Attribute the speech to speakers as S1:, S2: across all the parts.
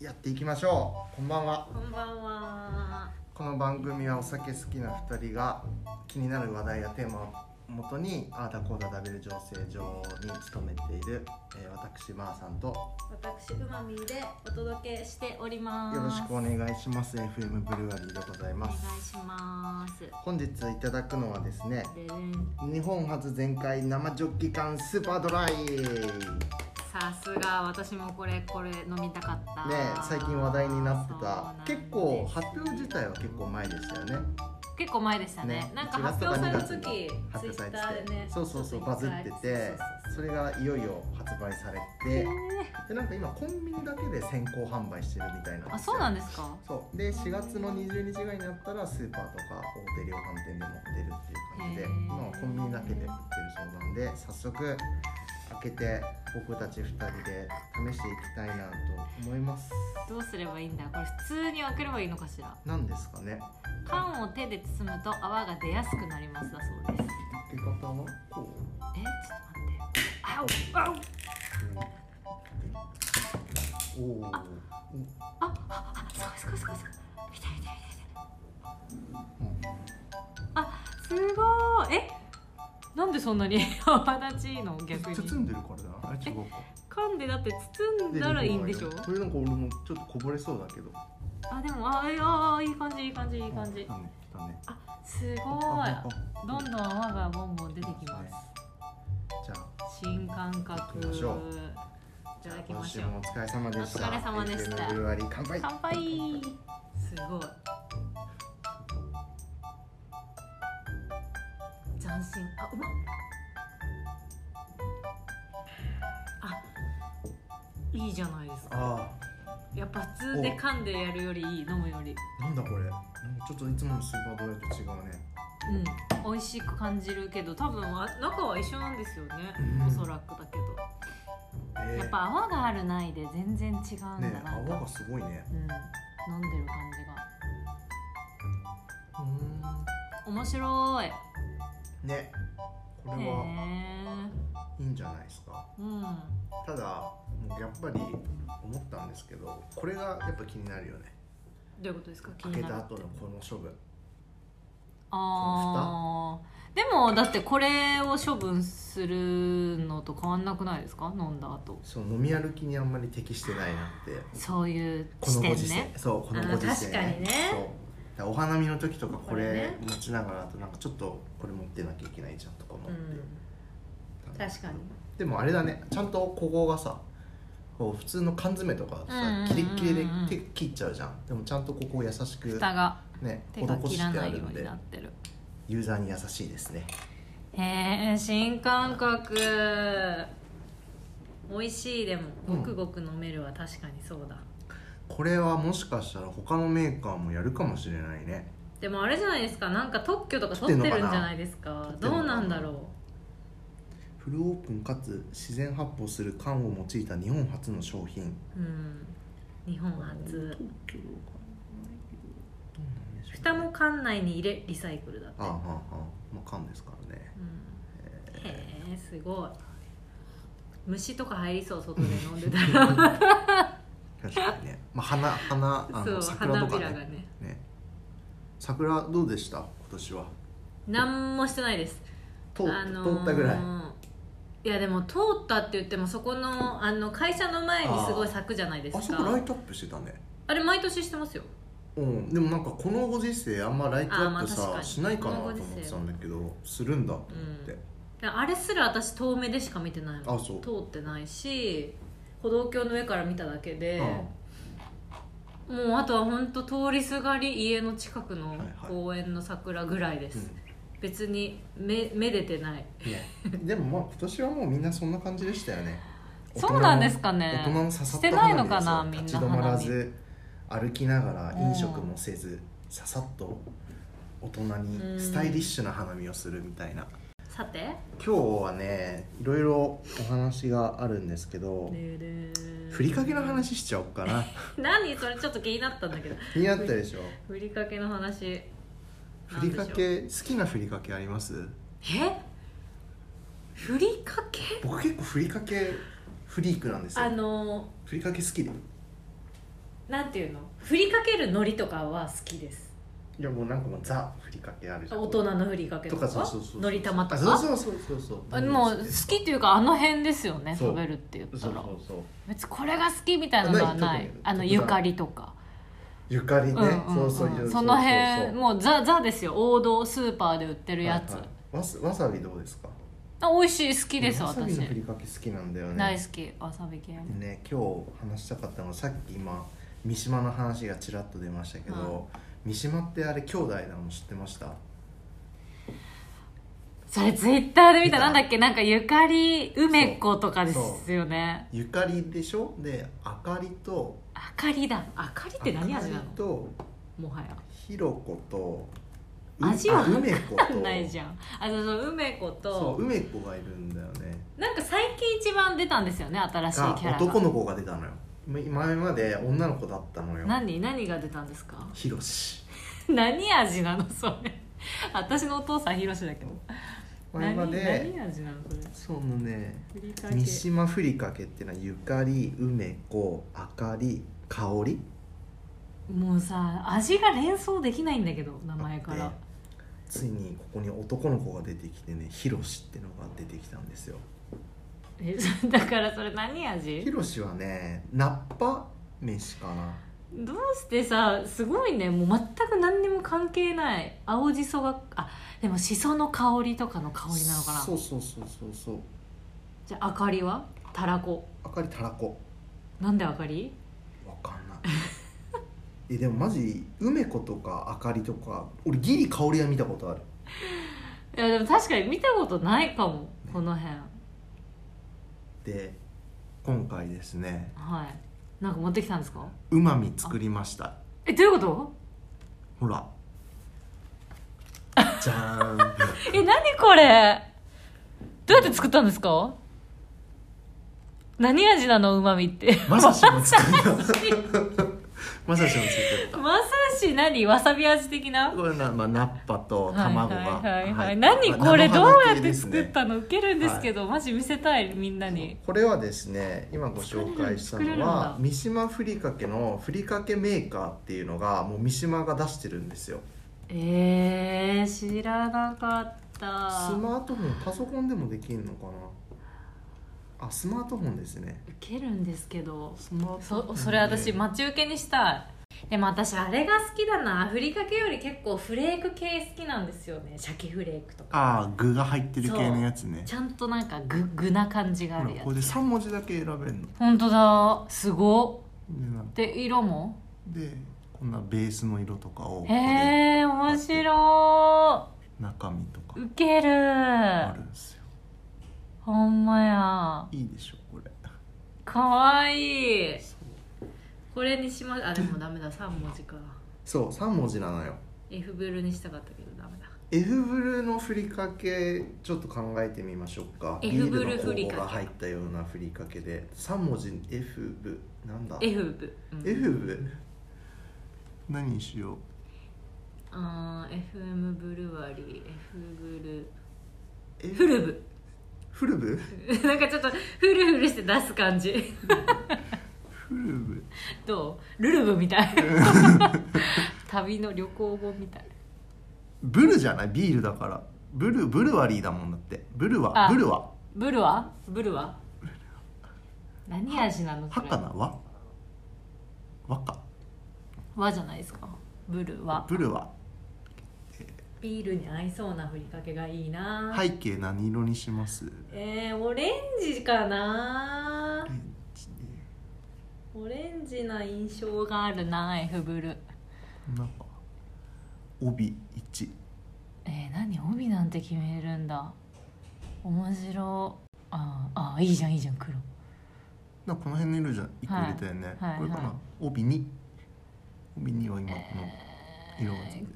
S1: やっていきましょうこんばんは
S2: こんばんは。
S1: この番組はお酒好きな2人が気になる話題やテーマをもとにああだこうだ食べる情勢上に努めている、えー私まーさんとよ
S2: 私うまみーでお届けしております。
S1: ろしくお
S2: お願い
S1: 願いします FM ブルワリーでございます
S2: します。
S1: 本日いただくのはですね
S2: でれん
S1: 日本初全開生ジョッキ缶スーパードライ
S2: さすが私もこれこれ飲みたかった。
S1: ね最近話題になって
S2: そうな
S1: た
S2: んです
S1: 結構発表自体は結構前でしたよね
S2: 結構前でしたね。
S1: ね
S2: なんか発表された時
S1: 発
S2: ツイ
S1: 表され
S2: ッ
S1: て
S2: ターで
S1: て、
S2: ね。
S1: そうそうそう
S2: ちょ
S1: バ
S2: っ
S1: ズ
S2: と
S1: っ
S2: 一回
S1: ててそれがいよいよ発売され
S2: そうそうそう
S1: て
S2: へ
S1: でなんか今コンビニだけで先行販売してるみたいなん
S2: ーあそうなん
S1: で
S2: ですか。
S1: すよそうで4月の20日ぐらいになったらスーパーとか大手量販店でも売ってるっていう感じで
S2: へー
S1: 今はコンビニだけで売ってるそうなんで早速開けて僕たち2人で試していきたいなと思います
S2: どうすればいいんだ。これ普通に開ければいいのかしら。
S1: 何ですかね
S2: 缶を手で包むと泡が出やすくなりますだそうで
S1: 開
S2: す。
S1: け方はこう
S2: えちょっと待って。あおあお
S1: おおー
S2: あ、あ、あ、すごいすごいすごいすごい。見て見て見て見て。あ、すごい。え、なんでそんなに 泡立ちいいの逆に。
S1: 包んでるからだなあれ違うか
S2: 噛んでだって包んだらいいんでしょ。
S1: これなんか俺もちょっとこぼれそうだけど
S2: あ、でもあ、えああいい感じいい感じいい
S1: い
S2: 感じ
S1: 来。たね来たね
S2: あ、すご
S1: あ
S2: い。
S1: ああ
S2: どんどん泡がボンボン出てきま
S1: ね
S2: す。
S1: じゃあ
S2: 新感覚。
S1: 行きましょう
S2: いただき
S1: 今
S2: まし
S1: 週
S2: ょう
S1: も。お疲れ様でした
S2: お疲れ様でした
S1: FM ブルワリー乾杯
S2: 乾杯。すごい。斬新。あ、うまっ。あ。いいじゃないですか。
S1: あ
S2: やっぱ普通で噛んでやるよりいい、飲むより。
S1: あなんだこれなんかちょっといつものスーパードライと違うね
S2: うん。美味しく感じるけど、多分あ中は一緒なんですよね
S1: うん。
S2: おそらくだけど。
S1: えー
S2: やっぱ泡があるないで全然違うんだな。
S1: ね
S2: なん
S1: 泡
S2: か
S1: がすごいね
S2: うん。飲んでる感じが。
S1: うー
S2: 面白い。へ
S1: んねこれは
S2: え。
S1: いいんじゃないですか
S2: うん。
S1: ただもうやっぱり思ったんですけどこれがやっぱ気になるよね
S2: どういうことですか気
S1: 開
S2: に
S1: け
S2: なる
S1: た
S2: って
S1: 後のこの処分
S2: あーでもだってこれを処分するのと変わんなくないですか飲んだ後
S1: そう飲み歩きにあんまり適してないなって
S2: そういう
S1: こ
S2: 視
S1: のご
S2: 点
S1: 時世、
S2: ね
S1: そうこのご時世、
S2: あー確かにね
S1: そうだからお花見の時とかこ
S2: これ
S1: れ
S2: ね
S1: 持ちながらあとなんかちょっとこれ持ってなきゃいけないじゃんとか思って、
S2: うん確かに
S1: でもあれだねちゃんとここがさこう普通の缶詰とかだとさ、
S2: うんうんうんうん
S1: キレッキレで手切っちゃうじゃんでもちゃんとここを優しく
S2: 蓋が
S1: ね
S2: 手が切らないよう
S1: 施
S2: になってる
S1: ユーザーに優しいですね
S2: へえ新感覚美味しいでも
S1: う
S2: ご
S1: ん
S2: くごく飲めるは確かにそうだ、
S1: これはもしかしたら他のメーカーもやるかもしれないね
S2: でもあれじゃないですかなんか特許とか
S1: 取っ
S2: 取って
S1: ん
S2: て
S1: の
S2: る
S1: か
S2: ん
S1: な
S2: じゃないですか
S1: 取ってんの
S2: ど
S1: か
S2: う
S1: な
S2: なんだろ
S1: フルオープンかつ自然発泡する缶を用いた日本初の商品
S2: ううん日本初
S1: 東京どうなんでしょうね
S2: 蓋も館内に入れリサイクルだって
S1: ああああああまあ缶ですからね
S2: うんへえすごい虫とか入りそう外で飲んでたら
S1: 確かにねまあ花花あ
S2: そう
S1: の桜
S2: 花
S1: と
S2: び
S1: から
S2: が
S1: ね
S2: ね
S1: ね桜どうでした今年は
S2: 何もしてないです、
S1: 通,、
S2: あのー
S1: 通ったぐらい
S2: いやでも通ったって言ってもそこのあの会社の前にすごい咲くじゃないです
S1: あ
S2: か
S1: そこライトアップしてたね
S2: あれ毎年してますよ
S1: うんでもなんかこのご時世あんまライトア
S2: あま
S1: ッ
S2: あ
S1: プさ、
S2: 確かに
S1: しないかなと
S2: こ
S1: 思っ
S2: のご時世
S1: てたんだけどするんだと思って、
S2: であれすら私遠目でしか見てないもん
S1: あそう
S2: 通ってないし歩道橋の上から見ただけで、
S1: う
S2: もうあとは本当通りすがり家の近くの
S1: いはい
S2: 公園の桜ぐらいです、
S1: ん
S2: 別にめめでてない
S1: ね、でもまあ今年はもうみんなそんな感じでしたよね
S2: そうなんですかね
S1: 大人の刺さ
S2: し
S1: った
S2: て
S1: 花
S2: な
S1: 火
S2: いのかな
S1: で
S2: みん
S1: すよ立ち
S2: な
S1: 止まら
S2: 花火
S1: ず歩きながら
S2: うん
S1: 飲食もせず、ささっと大人にスタイリッシュな花見をするみたいな、
S2: さて
S1: 今日はねいろいろお話があるんですけど、ふりかけの話しちゃおうか な
S2: 何それちょっと気になったんだけど
S1: 気になったでしょ
S2: ふりかけの話
S1: ふりか
S2: なんでしょう
S1: け好きなふりかけあります
S2: えふりかけ
S1: 僕結構ふりかけフリークなんですよ
S2: あの
S1: ふりかけ好きで
S2: なんていうの振りかけるノリとかは好きです
S1: いやもうなんかもうザふりかけあるじゃん
S2: 大人の振りかけ
S1: と
S2: と
S1: か
S2: か
S1: そうそうそう
S2: のり玉と
S1: あ
S2: か
S1: そうそうそうそうそう
S2: あもう好きっていうかあの辺ですよね
S1: そう
S2: 食べるって言った
S1: そう
S2: ら
S1: そうそう
S2: 別にこれが好きみたいなの
S1: な
S2: はないい
S1: 特に
S2: あの
S1: 特段
S2: ゆかりとか、
S1: ゆかりね、
S2: うんうんうん
S1: そうそうそう
S2: その辺
S1: う
S2: もうザザですよ王道スーパーで売ってるやつ、
S1: はいはいわすわさびどうですか
S2: あ美味しい好きです
S1: わさび
S2: 私
S1: のふりかけ好きなんだよね
S2: 大好きわさび系も
S1: ね今日話したかったのはさっき今三島の話がちらっと出ましたけど、
S2: は
S1: 三島ってあれ兄弟なの知ってました
S2: それツイッターで見た
S1: 見た
S2: なんだっけなんかゆかり梅子とかですよね
S1: ゆかりでしょであかりと
S2: あかりだあかりって何味な
S1: あ
S2: の
S1: かりと
S2: もはや
S1: ひろことう
S2: 味は
S1: あ梅子
S2: わか
S1: と
S2: んないじゃんあそうそう梅子
S1: そ
S2: と
S1: う梅子がいるんだよね
S2: なんか最近一番出たんですよね新しいキ
S1: が
S2: ャラが
S1: 男の子が出たのよ前前まで女の子だったのよ
S2: 何何が出たんですか
S1: ひろし
S2: 何味なのそれ私のお父さんひろしだけど
S1: 前ま
S2: 何
S1: で
S2: 何味なのそれ
S1: そのね
S2: ふりかけ
S1: 三島ふりかけってのはゆかり梅子あかり香り
S2: もうさ味が連想できないんだけど名前か
S1: あっ
S2: ら
S1: てついにここに男の子が出てきてねひろしってのが出てきたんですよ
S2: え そだからそれ何
S1: ひ
S2: 味
S1: ろしはねナッパ飯かな
S2: どうしてさすごいねもう全く何にも関係ない青じそがあでもしその香りとかの香りなのかな
S1: そうそうそうそうそう
S2: じゃああかりはたらこ
S1: あかりたらこ
S2: なんであかり
S1: わかんない えでもマジ梅子とかあかりとか俺ギリ香りは見たことある
S2: いやでも確かに見たことないかもこの辺
S1: で今回ですね
S2: はいなんか持ってきたんですか
S1: うまみ作りました
S2: えどういうこと
S1: ほらじゃーん
S2: え何これどうやって作ったんですか何味なのうまみって
S1: まさしも作ったまさしも作っ
S2: まさし何わさび味的な
S1: たこれな、まあ、ナッパと卵が
S2: はいはいはい、は
S1: 入
S2: い
S1: った
S2: 何これ
S1: まあ
S2: どうや
S1: 生ハ
S2: っ
S1: ム系で
S2: て
S1: す
S2: 作
S1: ね
S2: ったのウケるんですけど、マジ見せたいみんなに
S1: これはですね今ご紹介した
S2: 作れ
S1: の
S2: るんだ
S1: は三島ふりかけのふりかけメーカーっていうのがもう三島が出してるんですよ
S2: えー、知らなかった
S1: スマートフォンパソコンでもできるのかなあスマートフォンですね
S2: ウケるんですけど
S1: スマートフォン
S2: そ
S1: で
S2: それ私待ち受けにしたいでも私あれが好きだなふりかけより結構フレーク系好きなんですよね鮭フレークとか
S1: ああ具が入ってる系のやつね
S2: ちゃんとなんかググな感じがあ
S1: ほ
S2: る
S1: ら
S2: や
S1: これで
S2: つ
S1: 3文字だけ選べるの
S2: 本当だすご
S1: でなん
S2: っで色も
S1: でこんなベースの色とかをここで
S2: へえー、面白
S1: 中身とか
S2: いウケる
S1: あるんですよ
S2: ほんまや
S1: いいでしょこれ
S2: かわいい
S1: そう
S2: これにしまあでもダメだ3文字か
S1: そう3文字なのよ
S2: F ブルにしたかったけどダメだ
S1: F ブルのふりかけちょっと考えてみましょうか
S2: F ブルふ
S1: ビ
S2: り
S1: ールの酵母
S2: かけ
S1: が入ったようなふりかけで3文字 F ブなんだ
S2: F ブ、うん、
S1: F ブ何にしよう
S2: あー FM ブルワリー F ブ
S1: え
S2: ルフルブ
S1: フルブ
S2: なんかちょっとフルフルして出す感 じ
S1: フルブ
S2: どうルルブみた い旅の旅行本みたい
S1: ブルじゃないビールだからブルブルワリーだもんだってブルワ
S2: あ
S1: ブルワ
S2: ブルワブルワ何味なの
S1: は
S2: それ
S1: かなわわか
S2: 和じゃないですかブルワ
S1: ブルワ
S2: ビールに合いそうなふりかけがいいな、
S1: 背景何色にします
S2: えー、オレンジか
S1: オ
S2: な
S1: レンジね
S2: オレンジな印象があるな F ブル
S1: なんか帯1
S2: えー、何帯なんて決めるんだ面白あーあーいいじゃんいいじゃん黒
S1: なんかこの辺の色じゃん1個入れたよね、
S2: はいはい
S1: これかな、
S2: はい
S1: 帯2帯2は今この色がついてる、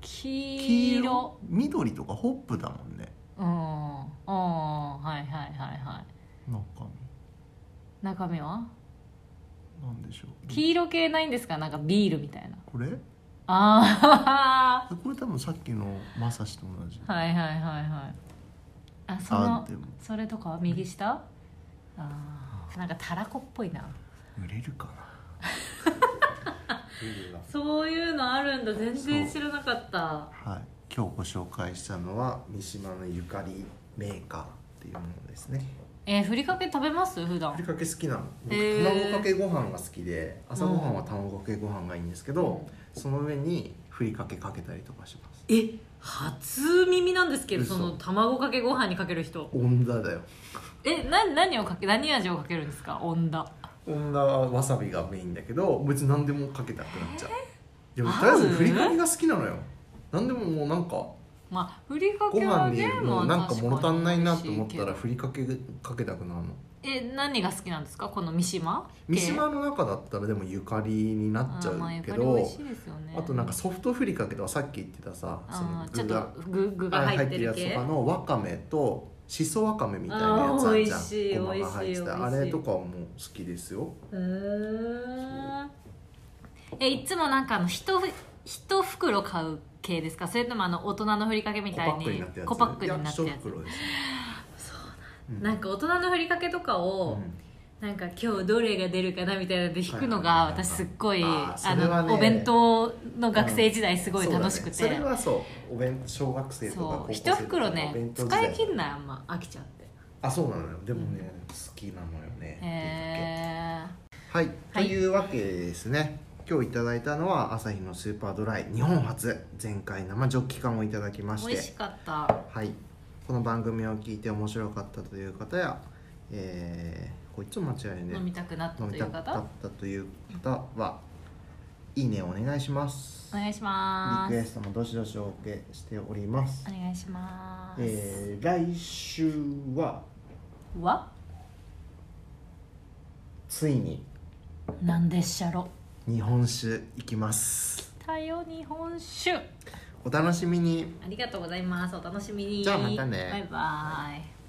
S2: 黄色
S1: 緑とかホップだもんね
S2: うんうんはいはいはいはい
S1: なんか
S2: 中身は
S1: なんでしょう
S2: 黄色系ないんですかなんかビールみたいな
S1: これ
S2: あ
S1: これ多分さっきのまさしと同じ
S2: あ はいはいはいはいあそ
S1: あ
S2: の
S1: でも
S2: それとかは右下あーなんかたらこっぽいな
S1: 売れるかというわけで
S2: そういうのあるんだ全然知らなかった
S1: はい、今日ご紹介したのは三島のゆかりメーカーっていうものですね
S2: えーふりかけ食べます普
S1: ふ
S2: 段
S1: りかけ好きなの僕
S2: へー
S1: 卵かけご飯が好きで朝ごはんは卵かけご飯がいいんですけど、その上にふりかけかけたりとかします
S2: え初耳なんですけど
S1: 嘘
S2: その卵かけご飯にかける人
S1: 温田だよ
S2: えな何をかけ何味をかけるんですか温田
S1: 温田はわさびがメインだけど別に何でもかけたくなっちゃう、でもとり
S2: 合
S1: あえ
S2: う
S1: ずふりかけが好きなのよ何でももうなんか
S2: まあふりか
S1: ご
S2: け
S1: 飯
S2: は
S1: に
S2: ね
S1: もうなんか物足んないなと思った
S2: ま
S1: ら
S2: あ確かに美味しい
S1: ふりかけかけたくなるの
S2: けどえ何が好きなんですかこの三島系
S1: 三島の中だったらでもゆかりになっちゃ
S2: あーまあ
S1: う
S2: ゆ
S1: け
S2: かり
S1: ど、
S2: 美味しいですよね
S1: あとなんかソフトふりかけとかさっき言ってたさその
S2: あーちょ
S1: 具
S2: っ
S1: が
S2: と具具が
S1: あ
S2: 入ってる
S1: やつと
S2: 系
S1: かのわかめとしそわかめみたいなやつあるじゃ
S2: あー美味しい
S1: んごまが入って
S2: 美味
S1: た
S2: しい
S1: あ
S2: 美味しい
S1: れとかも好きですよ
S2: うーんえいつもなんかあの一ふ一袋買う系ですかそれともあの大人のふりかけみ
S1: コパ
S2: たい
S1: ックに
S2: に
S1: なったやつ
S2: 小パックになった
S1: い
S2: や
S1: や一
S2: つ
S1: 袋ですねう
S2: なんか大人のふりかけとかを、なんか今日どれが出るかなみたいなので弾くのが
S1: はいはいはいはい
S2: 私すっごい、
S1: あーそ
S2: あ
S1: れはね
S2: のお弁当の学生時代すごい楽しくて、
S1: そうだねそれはそうお弁小学生とか
S2: そう
S1: 高校生と
S2: 一
S1: か
S2: 袋
S1: お
S2: ね
S1: 弁当時
S2: 使
S1: 代
S2: い切んないあんま飽きちゃって
S1: あそうなのよでもね、好きなのよね
S2: へえ
S1: はい、と
S2: はい
S1: いうわけでですね今日いただいたのは朝日のスーパードライ日本初前回生ジョッキ缶をいただきまし、
S2: 美味してかった
S1: はい、この番組を聞いて面白かったという方や、えー、これいつも間違いね
S2: 飲みたくなった
S1: 飲
S2: と
S1: み
S2: い
S1: た
S2: う
S1: かっ
S2: 方
S1: たという方は、いいねお願いします
S2: お願いしま
S1: リクエ
S2: す
S1: ストもどしどしお受けしております
S2: お、願いします、
S1: えー、来週は
S2: は
S1: ついに
S2: なんでっしゃろ
S1: 日本酒いきます
S2: たよ日本酒
S1: お楽しみに
S2: ありがとうございますお楽しみに
S1: じゃあまたね
S2: バイバイ